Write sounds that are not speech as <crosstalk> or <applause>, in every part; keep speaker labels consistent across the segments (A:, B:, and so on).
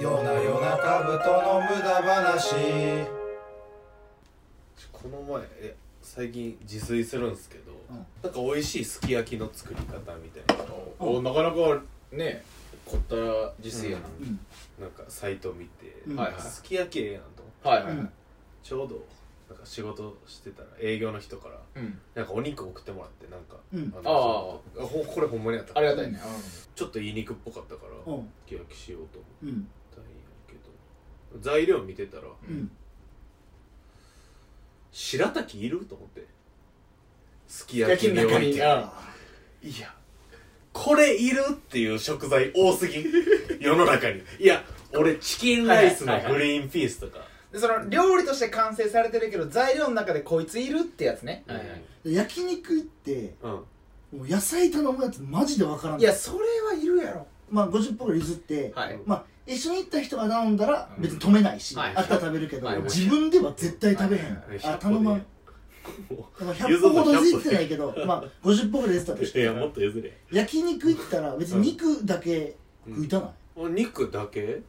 A: 夜な夜なカブトの無駄話
B: この前え最近自炊するんですけど、
C: うん
B: なんか美味しいすき焼きの作り方みたいなのを
C: う
D: おなかなかねこったら自炊やな、
C: うん
B: なんかサイト見て、
C: うん
D: はいはい
B: すき焼きええやんと思って
D: はいはいはい
C: うん
B: ちょうどなんか仕事してたら営業の人から
D: うん
B: なんかお肉送ってもらってなんか、
C: うん
B: あのほこれほんまにあった
D: ありがたいね
B: ちょっといい肉っぽかったから
C: う
B: す
C: ん
B: き焼きしようと思っ
C: うん
B: たんやけど材料見てたら
C: うん
B: 白滝いると思ってすき
D: うん
B: 焼き
D: 焼
B: に
D: きの
B: お
D: 中
B: い
D: に
B: て
D: あ
B: いや、これいるっていう食材多す <laughs> ぎん。世の中に。いや、俺チキンライスのグリーンピースとか。
E: でその料理として完成されてるけど材料の中でこいついるってやつね、
D: はいはい
C: 焼肉って
B: うん。うん。
C: もう野菜頼むやつマジでわからん
E: いやそれはいるやろ
C: まあ50本ぐらい譲って、
D: はい
C: まあ一緒に行った人が頼んだら
D: うん
C: 別に止めないし、
D: はい
C: あったら食べるけど、
D: はい
C: 自分では絶対食べへん、
D: は
C: あ頼まんだから100
B: 譲
C: 歩
B: るの
C: ほど譲ってないけどまあ50本ぐらい出てたとし
B: い
C: て
B: や、もっと譲れ。
C: 焼肉行ったら別に肉だけ食いたない、
B: お肉だけ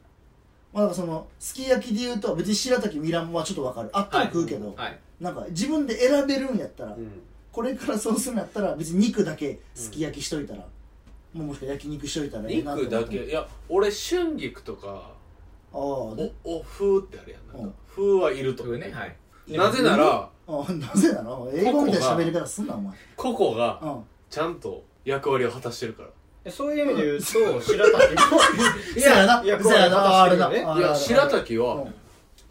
C: まあ、なんかそのすき焼きで言うと別に白滝ミランはちょっとわかるあったら食うけど、
D: はい
C: なんか自分で選べるんやったら、
B: うん。
C: これからそうするんやったら別に肉だけすき焼きしといたら、もうもしか焼肉しといたらいいなと思
B: 肉
C: って
B: だけ。いや、俺春菊とか、
C: ああで
B: お、お風ってあるやん。なん
C: うん
B: か、風はいると
D: 僕ねはい
B: なぜなら、
C: あなぜなの英語みたいな喋り方すんなお前
B: 個々
C: う
B: が
C: ん
B: ちゃんと役割を果たしてるから。
E: えそういう意味で言うと白滝も
C: いやな、
E: いや
C: そうや
E: こう
C: な、あれだ。
E: ね
C: あ
B: い
C: れだ
B: や白滝
C: う
B: は
C: ん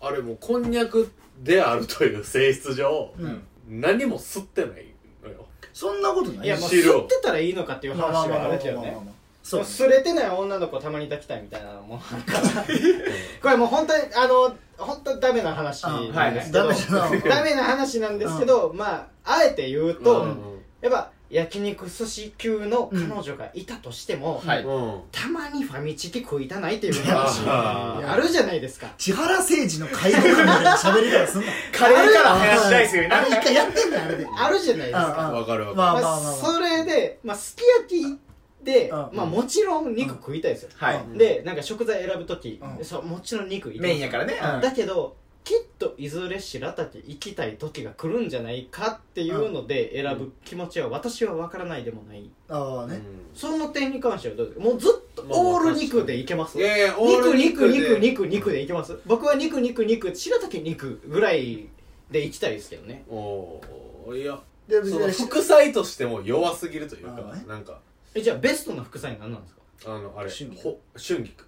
B: あれもうこんにゃくであるという性質上
C: うん
B: 何も吸ってないのよ
C: そんなことない
E: いやもう
B: 知る
E: 吸ってたらいいのかっていう
C: まあまあ
E: 話
C: まあまあ
E: はあ
C: ま
E: る
C: あ
E: けど
C: まあ
E: ね
C: まあ
E: そ
C: そうう
E: 擦れてない女の子たまに抱きたいみたいなのもあるからこれもう本当にあの本当ダメな話なんですけど、
C: ダメじゃない
E: ダメな話なんですけど、まああえて言うと、
B: うん
E: やっぱ焼肉寿司級の彼女がいたとしても、
D: はい
B: うん
E: たまにファミチキ食いたないっていう話
B: あー
E: あるじゃないですか
C: 千原誠二の会話みたいな喋り方すん
E: <laughs>
C: な
E: カレーから
C: あれ
E: 話したいっすよね
C: あれ一回やってんだよあれで
E: あるじゃないですか
C: あ
B: わかるわ
C: ま
B: か
C: あ
E: ま
C: まあま
E: あ
C: あまあ
E: それで、まあ、すき焼きで、
C: うん
E: まあ、もちろん肉食いたいですよ、
D: はい
C: うん
E: でなんか食材選ぶ時、
C: うん
E: そうもちろん肉い
D: メインやからね
C: うん
E: だけどきっといずれ白滝行きたい時が来るんじゃないかっていうので選ぶ気持ちは私は分からないでもない
C: ああ
B: る
C: ね
E: その点に関してはどうですかもうずっとオール肉でいけます
B: いやいやオー
E: 肉
B: ル
E: 肉
B: で
E: 肉肉肉でいけます僕は肉肉肉白滝肉ぐらいでいきたいですけどね
B: おーいや
C: で
B: その
C: 別に
B: 副菜としても弱すぎるというか
C: あーね
B: なんか
E: えじゃあベストの副菜何なんですか
B: あのあれ
C: 春菊
B: ほ春菊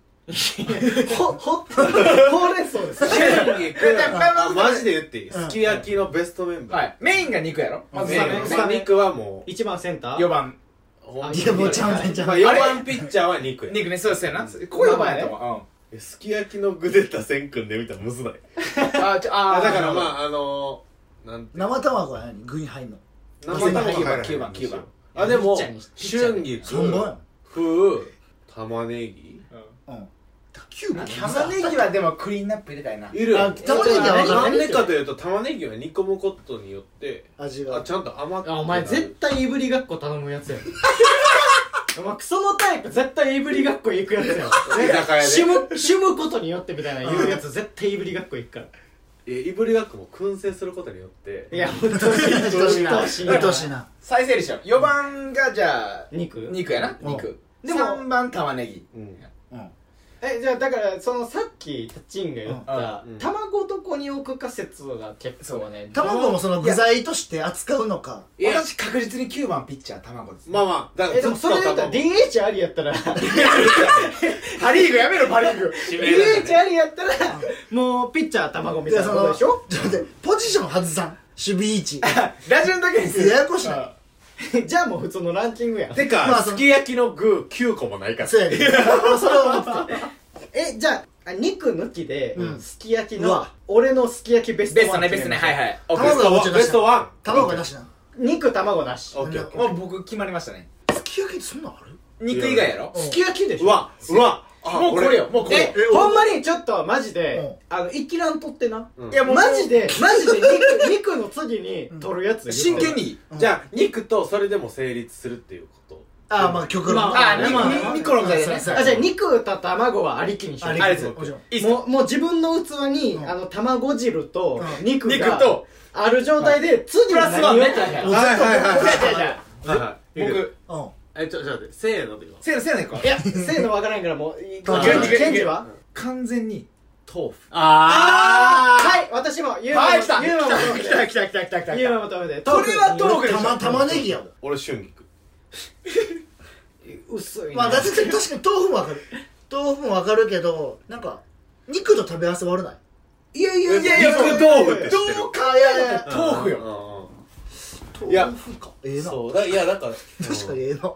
E: ほ、ほ、ほうれん草です。
B: 春
C: <laughs>
B: 菊
D: あ
B: マジで言っていい
C: うん
B: すき焼きのベストメンバ
D: は
B: ー
D: いメインが肉やろまず
B: メ
D: メ
B: イ
D: イ
B: ン
D: ン
E: そうね
B: まあ肉はもう
E: 一番センター
D: 4番
B: ほんま
C: い
B: に
C: やもうちゃうねんちゃ
B: まあ
C: う
B: 4
C: ねん
B: 番ピッチャーは肉や
D: 肉ねそうですよなこういう番やと思
B: えすき焼きの具出た千くんで見たらむずない
D: うんあちょあ
B: あ
D: ー
B: だからまああのー、なんて
C: 生卵は何具に入んの
B: 生
C: 九番
B: 入らない
D: 九番九番
B: あでも
E: ピッチャーに
B: 春
C: 3本
B: 菊
C: や
B: 風玉ねぎ
C: んうん9本
D: 玉ねぎはでもクリーンナップ入れたいない
B: る
C: あ玉ねぎは分かる
B: なんでかというと玉ねぎは煮込むことによって
C: 味
B: あ
C: が
B: ちゃんと甘く
E: あ、お前絶対いぶりがっこ頼むや <laughs> つやん。お前クソのタイプ絶対いぶりがっこ行くやつやん。
B: 対居酒屋
E: 死
B: で
E: む、死むことによってみたいな言うやつ絶対いぶりがっこ行くから。
B: えいぶりがっこも燻製することによって
E: いや、ほんとしい。
C: うっとうしいな
E: う
C: うっ
E: っとうしい
C: とうしいな
D: 再整理しよう4番がじゃあ
E: 肉
D: 肉やな
C: うん
D: 肉
E: で
D: で
E: も
D: も3番玉ねぎ
B: うん
C: うん
E: え、じゃあだから、そのさっき、タッチンが言った
B: うんうん、
E: 卵どこに置くか説が結構ね。
C: 卵もその具材として扱うのか
B: いや
D: 私確実に9番ピッチャー卵です
B: まあまあだから
E: え、でも
B: ずっ
E: それ
B: と
E: で言った
B: 卵
E: ら DH ありやったら、
D: パリーグやめろパリーグ
E: DH ありやったら、もうピッチャー卵みたいなことでしょ
C: ちょっと待ってポジション外さん
E: <laughs>
C: 守備位置
D: ラジオの時にする
C: ややこしいな
E: じゃあもう普通のランキングやん。
B: て
C: まあ
B: か
C: そ
B: す
C: の
B: き焼きの具9個もないから
C: そうやね俺それを思ってた
E: え、じゃあ、あ肉抜きで
C: う、ん
E: すき焼き
C: う
E: の
C: わ、
E: 俺のすき焼きベスト
D: ベスト
E: ワン
D: ねベ
E: 決
D: スト
E: め
D: ね
E: ま
D: は
E: しょう
D: いはい
B: オッケー
C: 卵がもちろん
B: ベストワン
C: 卵がなしな
E: 肉、卵なし。
B: オッケーオッケー
D: もう僕決まりましたね
C: すき焼きってそんなんある
D: 肉以外やろ
C: うん
E: すき焼きでし
B: う
E: ょ
B: わうわあ
D: もうこれよもうこれ
E: え
D: よ、
E: ほんまにちょっとマジで、あの、一気乱取ってな。
B: うん
E: いや、もうマジで、マジで肉、 <laughs> 肉の次に取るやつ
D: 真剣
E: に。
D: に
B: じゃあ肉とそれでも成立するっていうこと
C: ああまあ極論
E: まああ
D: ニ
E: まあ
D: ニニコロみたいなね
C: そうそう
E: あじゃあ肉と卵はありきにしよう
B: あ
C: あ
B: れ
C: れ
B: で
C: ですす
B: もう
E: いいっすかもうもう自分の器に、
C: うん
E: あの卵汁と
C: うん
E: 肉
B: 肉
E: が
B: と
E: ある状態で、次は何を
B: プラ
E: じゃあじゃあ
B: いはい
E: じゃあじゃ
B: はいはい
D: 僕
C: うん
F: えちょちょっと待ってせーのでいこう
D: せやせやねんか
E: あいやせーのわからんからもういい
C: あ
E: ケン
D: い
E: ジ
D: けいけ
E: ケンジは
D: 完全に豆腐
B: あ
E: はい私もユーマ
B: はい
E: も
B: 来た
E: ユーマも
B: ー来た来た来た来た来た
E: ユーマも食べて
B: これはトークでした
C: ま玉ねぎやもん
B: 俺春菊
E: 薄いな
C: まあだって確かに豆腐もわかる豆腐もわかるけどなんか肉と食べ合わせ悪ない
E: いやいやいやいや
B: 肉豆腐って知ってる
C: うかいやいやいや
D: 豆腐よ
B: よいや
C: 豆腐かええな
B: そうだいやなんか
C: 確かにええな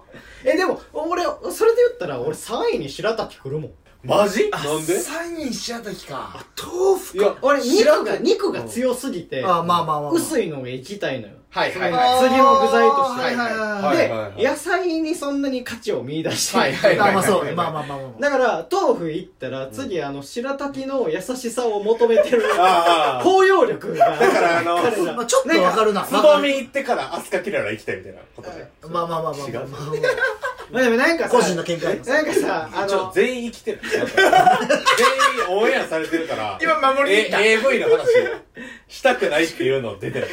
E: えでも俺それで言ったら俺3位に白滝来るもん
B: マジなんで
D: 三人白滝か
C: 豆腐
B: いや
E: 俺
B: 知らんか
E: 肉が肉が強すぎて
C: ああまあまあまあ
E: 薄いのが行きたいのよ
D: はいはい
E: あ
D: は
E: 次の具材として
C: はいはいはい
B: は
C: はいい
E: で、野菜にそんなに価値を見出してない、
D: はい
C: あ
D: はい
C: まあそうねまあまあまあまあまあ
E: だから豆腐いったら次、あの白滝の優しさを求めてる
B: ああ
E: 包容力が
B: だからあの
E: 彼ら
C: まあちょっとわかるな
B: つぼみ行ってから飛鳥キララ行きたいみたいなことで
C: まあまあまあまあまあ
B: 違う
C: まあ
E: まあでもなんか
C: まあ
E: さ
C: 個人の見解です
E: なんかさあ
B: ちょ
E: の
B: 全員生きてる全員オンエアされてる
D: <laughs>
B: から
D: 今守りに行った
B: A- AV の話したくないっていうの出てる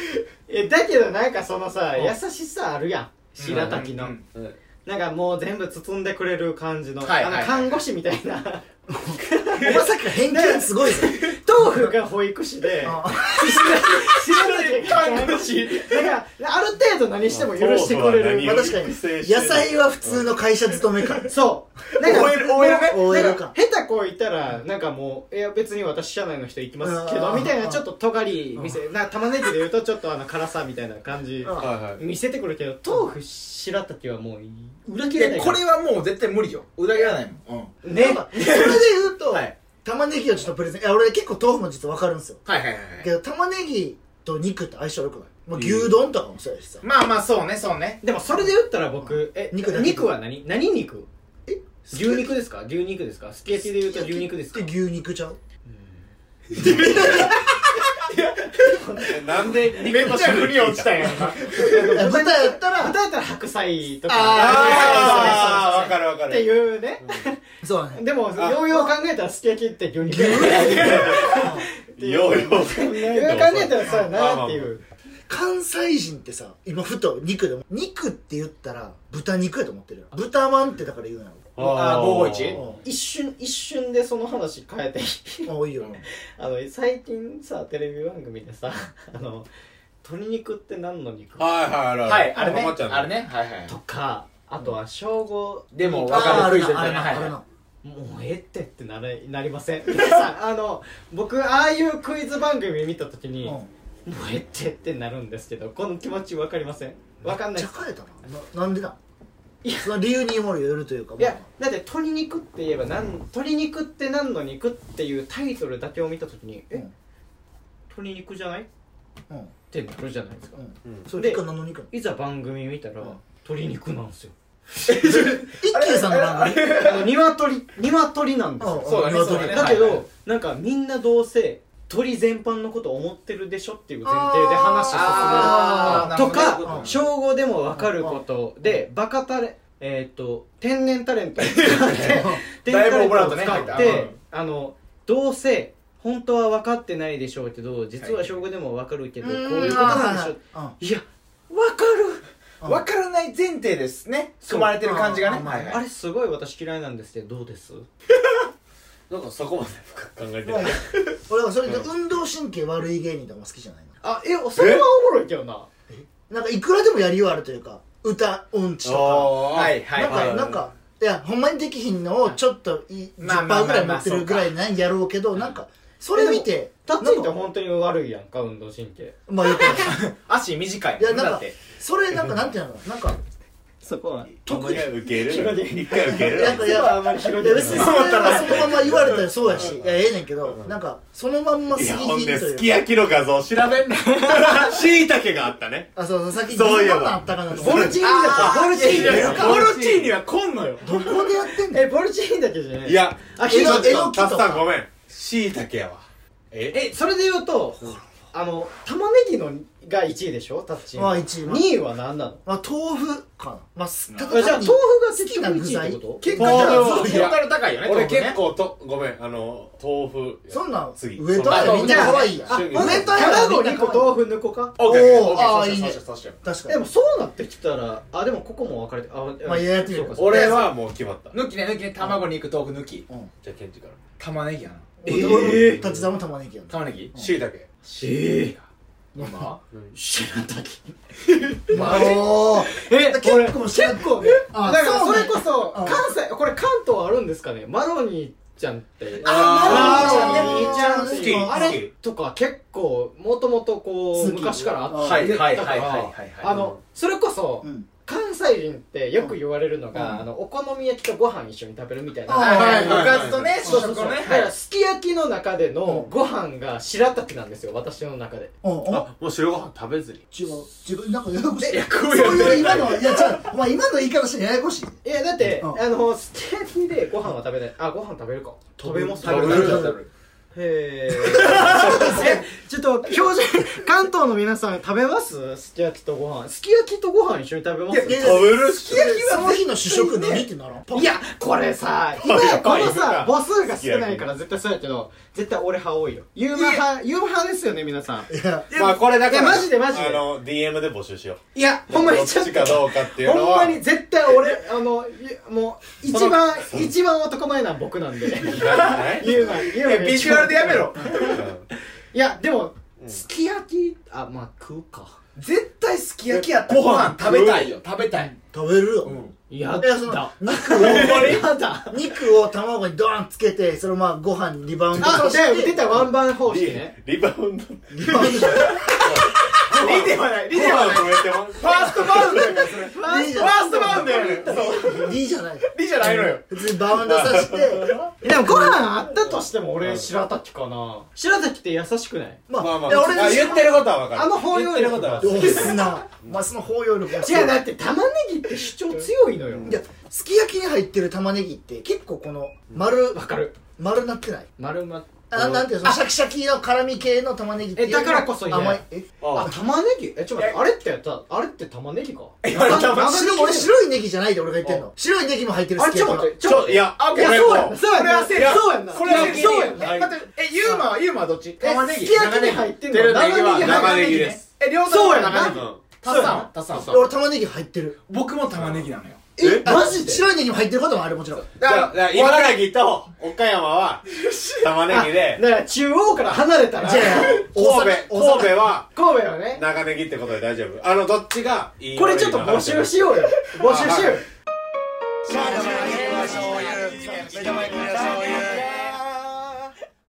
E: えだけどなんかそのさ優しさあるやん白滝の、
D: うん
B: うんうん
E: なんかもう全部包んでくれる感じの、
D: はいはいはい
E: あの看護師みたいな <laughs>
C: お前さっきの偏見すごいぞ
E: 豆腐が保育士で
C: あ
E: 白滝が看護師だからある程度何しても許してくれる
C: まあ確かに野菜は普通の会社勤めか
E: そう。
D: <laughs>
E: なんか、
B: OL OL ね
E: もう
C: OL
E: なん
C: か
E: 下手こいたら、なんかもう、いや別に私社内の人行きますけ
C: うんうん
E: ど、
C: うん
E: みたいなちょっと尖り見せ、なんか玉ねぎで言うとちょっとあの辛さみたいな感じ
C: うん
B: はいはい
E: 見せてくるけど、豆腐白滝はもういい、裏切
D: い
E: れ
D: や
E: ない
D: こ
E: から。
D: れはもう絶対無理よ裏切らないもんうん
E: ね。
C: なんかそれで言うと
D: はい
C: 玉ねぎをちょっとプレゼンいや俺結構豆腐も実はわかるんですよ
D: はいはいはい
C: けど玉ねぎと肉って相性良くない、まあ、牛丼とかもそうやしさ、
D: まあまあそうねそうね
E: でもそれで言ったら僕、え、
C: 肉だけ
E: 肉は何何肉
C: え
E: 牛肉ですか牛肉ですかすき焼きで言うと牛肉ですか
C: で牛肉ちゃう
B: えなんで
D: めっちゃ振り落ちたやんか
C: え豚やったら
E: <laughs> 豚やったら白菜とか。
B: ああわかるわか
E: っ
B: る
E: ていうね。
C: そうだね
E: <laughs> でも、
B: あ
E: ようよう考えたらすき焼きって牛肉。
B: ようよう考
E: い
B: え
E: う
B: た
E: 感
B: らさ
E: じだったらなっていう。
C: 関西人ってさ今ふと肉でも肉って言ったら豚肉やと思ってるよ豚まんってだから言うな
D: あー551
C: の
E: 一瞬、一瞬でその話変えていい <laughs>
C: うん多いよ
E: あの、最近さ、テレビ番組でさ、 <laughs> あの、鶏肉って何の肉
B: はいはいあるある
D: はいあれね
B: 浜ちゃんの
D: あれねはいはい
E: とか、あとは正午、
D: でも
C: あ
D: 分
C: あ
D: か
C: あ
D: る
C: る
D: クイズみ
C: なあ
D: たいなはい
C: るなある
D: は
C: な
E: もうええってってなれなりません。 <laughs> さあの、僕、ああいうクイズ番組見たとき
C: う
E: に、
C: ん
E: もうええってってなるんですけど、この気持ちわかりません。わかん
C: め
E: な
C: っ
E: い
C: ち
E: で
C: ゃ
E: す。
C: 変えたなななんでだ
E: いや
C: その理由にもよるというか
E: いやだって鶏肉って言えばなん鶏肉って何の肉っていうタイトルだけを見たときに、
C: う
E: え
C: ん
E: 鶏肉じゃないっ
C: まあうん
E: てなるじゃないですか、
C: うん
B: うん
C: それ肉は何の肉なの
E: いざ番組見たら、鶏肉なんですよ
C: 一休さんの番組
E: あの鶏鶏なんですよ
D: そうだねそうだね
E: だけど、
D: はいはい
E: なんかみんなどうせ鳥全般のこと思ってるでしょっていう前提で話
D: あー
E: 進めると
D: なる
E: か
D: ほど
E: うん称号でも分かることでバカタレえーっ、と天然タレントを使って天然タ
D: だいぶ
E: レントを使
D: オブラー
E: っ
D: トね入って
E: てあのどうせ本当は分かってないでしょうけど実は称号でも分かるけど、こういうことなんでしょう
C: うん
E: いや分かる
C: うん
D: 分からない前提ですね組まれてる感じがね
C: そう
D: はいはい
E: あれすごい私嫌いなんですけどどうです
B: なんかそこまで深く考えて
C: もう
B: ない
C: 俺はそれで運動神経悪い芸人とかも好きじゃないの
E: あえそれはおもろいけどな
C: なんかいくらでもやりようあるというか歌音痴と
D: はいは
C: か
D: い
C: なん
D: はい
C: かなんかいやほんまにできひんのをちょっとい
D: まあまあまあ
C: 10%ぐらい持ってるぐらいなんやろうけどなんかそれ見て
E: タ
C: な
E: ッチ
C: ん
E: って
C: か
E: 本当に悪いやんか運動神経
C: まあよくない
D: 足短い
C: いやなん
D: だっ
C: か
D: て
C: それなんかなんていうのかななんか
E: そこは
B: 特に受け
E: 広
B: る
E: げる
B: 一回受ける
C: なんかいや
E: あんまり広
C: いや
E: げ
C: 別
E: て
C: に
E: ない
C: それはそのまま言われたらそうやしいやええねんけどなんかそのまんま過
B: い
C: ぎ
B: や
C: ひ
B: ほん
C: んと
B: で、すき
C: いう
B: 焼きの画像調べんねん。しいたけがあったね。
C: あそうそうさっき
B: そういえば
C: 銀杏あったかなと思
E: ボ
C: っ
E: ル
C: て
E: チーニだったボルチーニだった
D: ボルチーニは来んのよ
C: どこでやってんの
E: <laughs> えボルチーニだけじゃない
B: いや、
E: あ
B: ち
E: ひ
B: ょ
E: ど
B: っ
E: い
C: え
B: と、
C: のきと
B: タ
C: か
B: スさんごめん。しいたけやわ。え
E: えそれで言うとあの玉ねぎのが1位でしょタッチン
C: まあ1位まあ
E: 2位は何なの
C: まあ豆腐かなまあす
E: じゃあ豆腐が結
C: 好き
E: 局
C: な
E: 1位
C: 具材
E: ってこと
C: 結
B: 構
C: 果
B: じ
C: じ
B: ゃ
F: ト
B: あ豆腐
C: ゃあ
F: ータル高いよね
B: 俺
F: 豆腐ね
B: 結構とごめんあの豆腐
C: そんなん
B: 次
C: 上とか
B: そ
C: で
B: う
C: みんな可愛いやん
B: あ
C: 上
B: 趣
C: と
B: 味
C: や
E: 卵2
C: と
E: 個豆腐2個か
B: オッケー
C: お
B: オ
C: ー
B: ッケー
C: あーいいね
B: そうしようそうしよう
C: 確か
E: で
C: に
E: もそうなってきたらあでもここも分かれてあ
C: まあやってみる
E: そうかそうか
B: 俺はもう決まった
D: 抜きね抜きね卵肉豆腐抜き
B: じゃあケンジから
D: 玉ねぎやな
C: え
E: えー
C: 立ち玉玉ねぎやん
D: 玉ねぎ
B: しいたけ
E: え
D: 今
E: 知らんたき
C: マジえ結構結構
E: だ
C: あ
E: からそれこ
C: そ
E: そ
C: うん
E: 関西これ関東あるんですかねマロニーちゃんって
C: あー
E: マロニーちゃんっ
C: 好
E: ていう
C: き
E: あれとか結構もともとこう
C: 好き
E: 昔からあっ
C: あ
E: た
D: はいはい
E: だ
D: は
E: か
D: いはい
E: ら
D: はい
E: あのそれこそ
C: うん
E: 関西人ってよく言われるのが、
C: うん
E: あのお好み焼きとご飯一緒に食べるみたいな、
C: あ
D: はいはい
F: はい
D: おかずとね
E: そう
D: 主
E: そ
D: 食
E: うそう
D: をね
E: だか
D: はい
E: らすき焼きの中でのご飯が白滝なんですよ私の中で
C: うんうん
F: あもう白ご飯食べずに
C: 違う違うなんかややこしい
D: やこ
C: そう
D: うやって
C: いう今のいや違うお前今の言い方してややこしい
E: いやだって、
C: うん
E: あのすき焼きでご飯は食べないあご飯食べるか食べます
D: 食べる
C: 食べる
D: 食べる
E: <laughs> へえちょっと標準関東の皆さん食べますすき焼きとご飯すき焼きとご飯一緒に食べますいや
B: 食べるっしょ
C: その日の主食何ってならんパン
E: これ <laughs> さ今このさ
B: い
E: 母数が少ないから絶対そうやけど絶対俺派多いよユーマ派ユーマ派ですよね皆さん
C: いや
B: まあこれだから
E: いやマジでマジで
B: あの DM で募集しよう
E: いやほんまにち
B: ど
E: ょ
B: っ
E: っ
B: ち
E: と
B: かどうかっていうの
E: ほん
B: は
E: まに絶対俺あのいもう一番一番男前なん僕なんで <laughs>
B: ない
E: ユーマユーマ
D: いやビジュアルでやめろ
E: いやでもすき焼きあまあ食うか
D: 絶対すき焼きやったらご飯食べたいよ食べたい
C: 食べるよ
E: やっ
C: いやその
E: た
C: 肉を
E: <laughs> やだ
C: 肉を卵にドーンつけてそれをまあご飯にリバウンド
E: あ、
C: させ
E: で、出
C: て
E: たワンバン方式
B: リ
E: ね。
B: リバウンド
C: リバウンド
D: リではないリ
B: ご
D: ではない
B: 飯増えてます
D: ファーストバウンドやからそれフ
C: いいじ
D: ァ
C: ゃ
D: ー
C: ん
D: ストバウンドやねん
C: いいじゃない
D: リじゃないのよ
C: 普通にバウンドさして
E: でもご飯あったとしても俺、白滝かな。白滝って優しくない
C: まあ
B: まあまあ
C: いや俺の
B: あ言ってることは分かる
E: あの包
B: 言っ
E: 容
B: てる
E: 力
B: ことは
C: どうすなまあその包容力が
E: 違う、だって玉ねぎって主張強いのよ。
C: いやすき焼きに入ってる玉ねぎって結構この丸
E: わかる。
C: 丸なってない
E: 丸まっ
C: あなんていうのそのシャキシャキの辛み系の玉ねぎっていうより
E: えだからこそいいね
C: 甘いえ
E: あ、玉ねぎえ、ちょっと待って、あれってやった、あれって玉ねぎか
D: いや
C: あ
D: 玉ね
C: 白俺白いネギじゃないで俺が言ってんの白いネギも入ってる
E: あ
C: すき
E: れ、ちょ
C: 焼
E: っ
C: きは
E: と待って、ちょっ
B: ち
E: と待っ
B: ょ
E: て。
B: いやあ
E: いや、
B: 俺
E: そうやん
B: も
E: な。そうやんな。
D: これは
E: そ
D: これは
E: うやんな。そうやんなそうやんな。
D: え待ってえユーマはユーマはどっち
E: え
D: 玉ねぎ
E: すき焼きに入ってんの
D: 玉ねぎ
E: 長ネギ
B: 長ネギ
D: ね
B: です
D: え両
E: そう
D: 方
E: やな
D: 長ネ
B: う
D: ギ
B: ん
D: タ
E: そ
D: ッ
E: うや
D: サ
E: な
D: ンタッサン
C: 俺玉ねぎ入ってる
D: 僕も玉ねぎなのよ
E: え、
C: あ
E: マジで
C: 白いネギも入ってることもあるもちろん
B: じゃあだから
D: わ
B: 茨城と岡山は玉ねぎで
E: だから中央から離れたら、
C: じゃあ
B: 神戸
C: 大阪
B: 神戸は
E: 神戸はね、
B: 長ネギってことで大丈夫あのどっちがいい
E: これちょっと募集しようよ。募集しようよ。
B: よう